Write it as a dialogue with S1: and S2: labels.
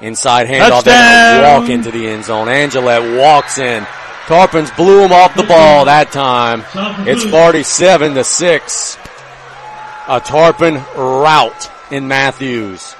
S1: Inside handoff, then
S2: Touchdown.
S1: a walk into the end zone. Angelette walks in. Tarpons blew him off the ball that time. It's 47 to 6. A Tarpon rout in Matthews.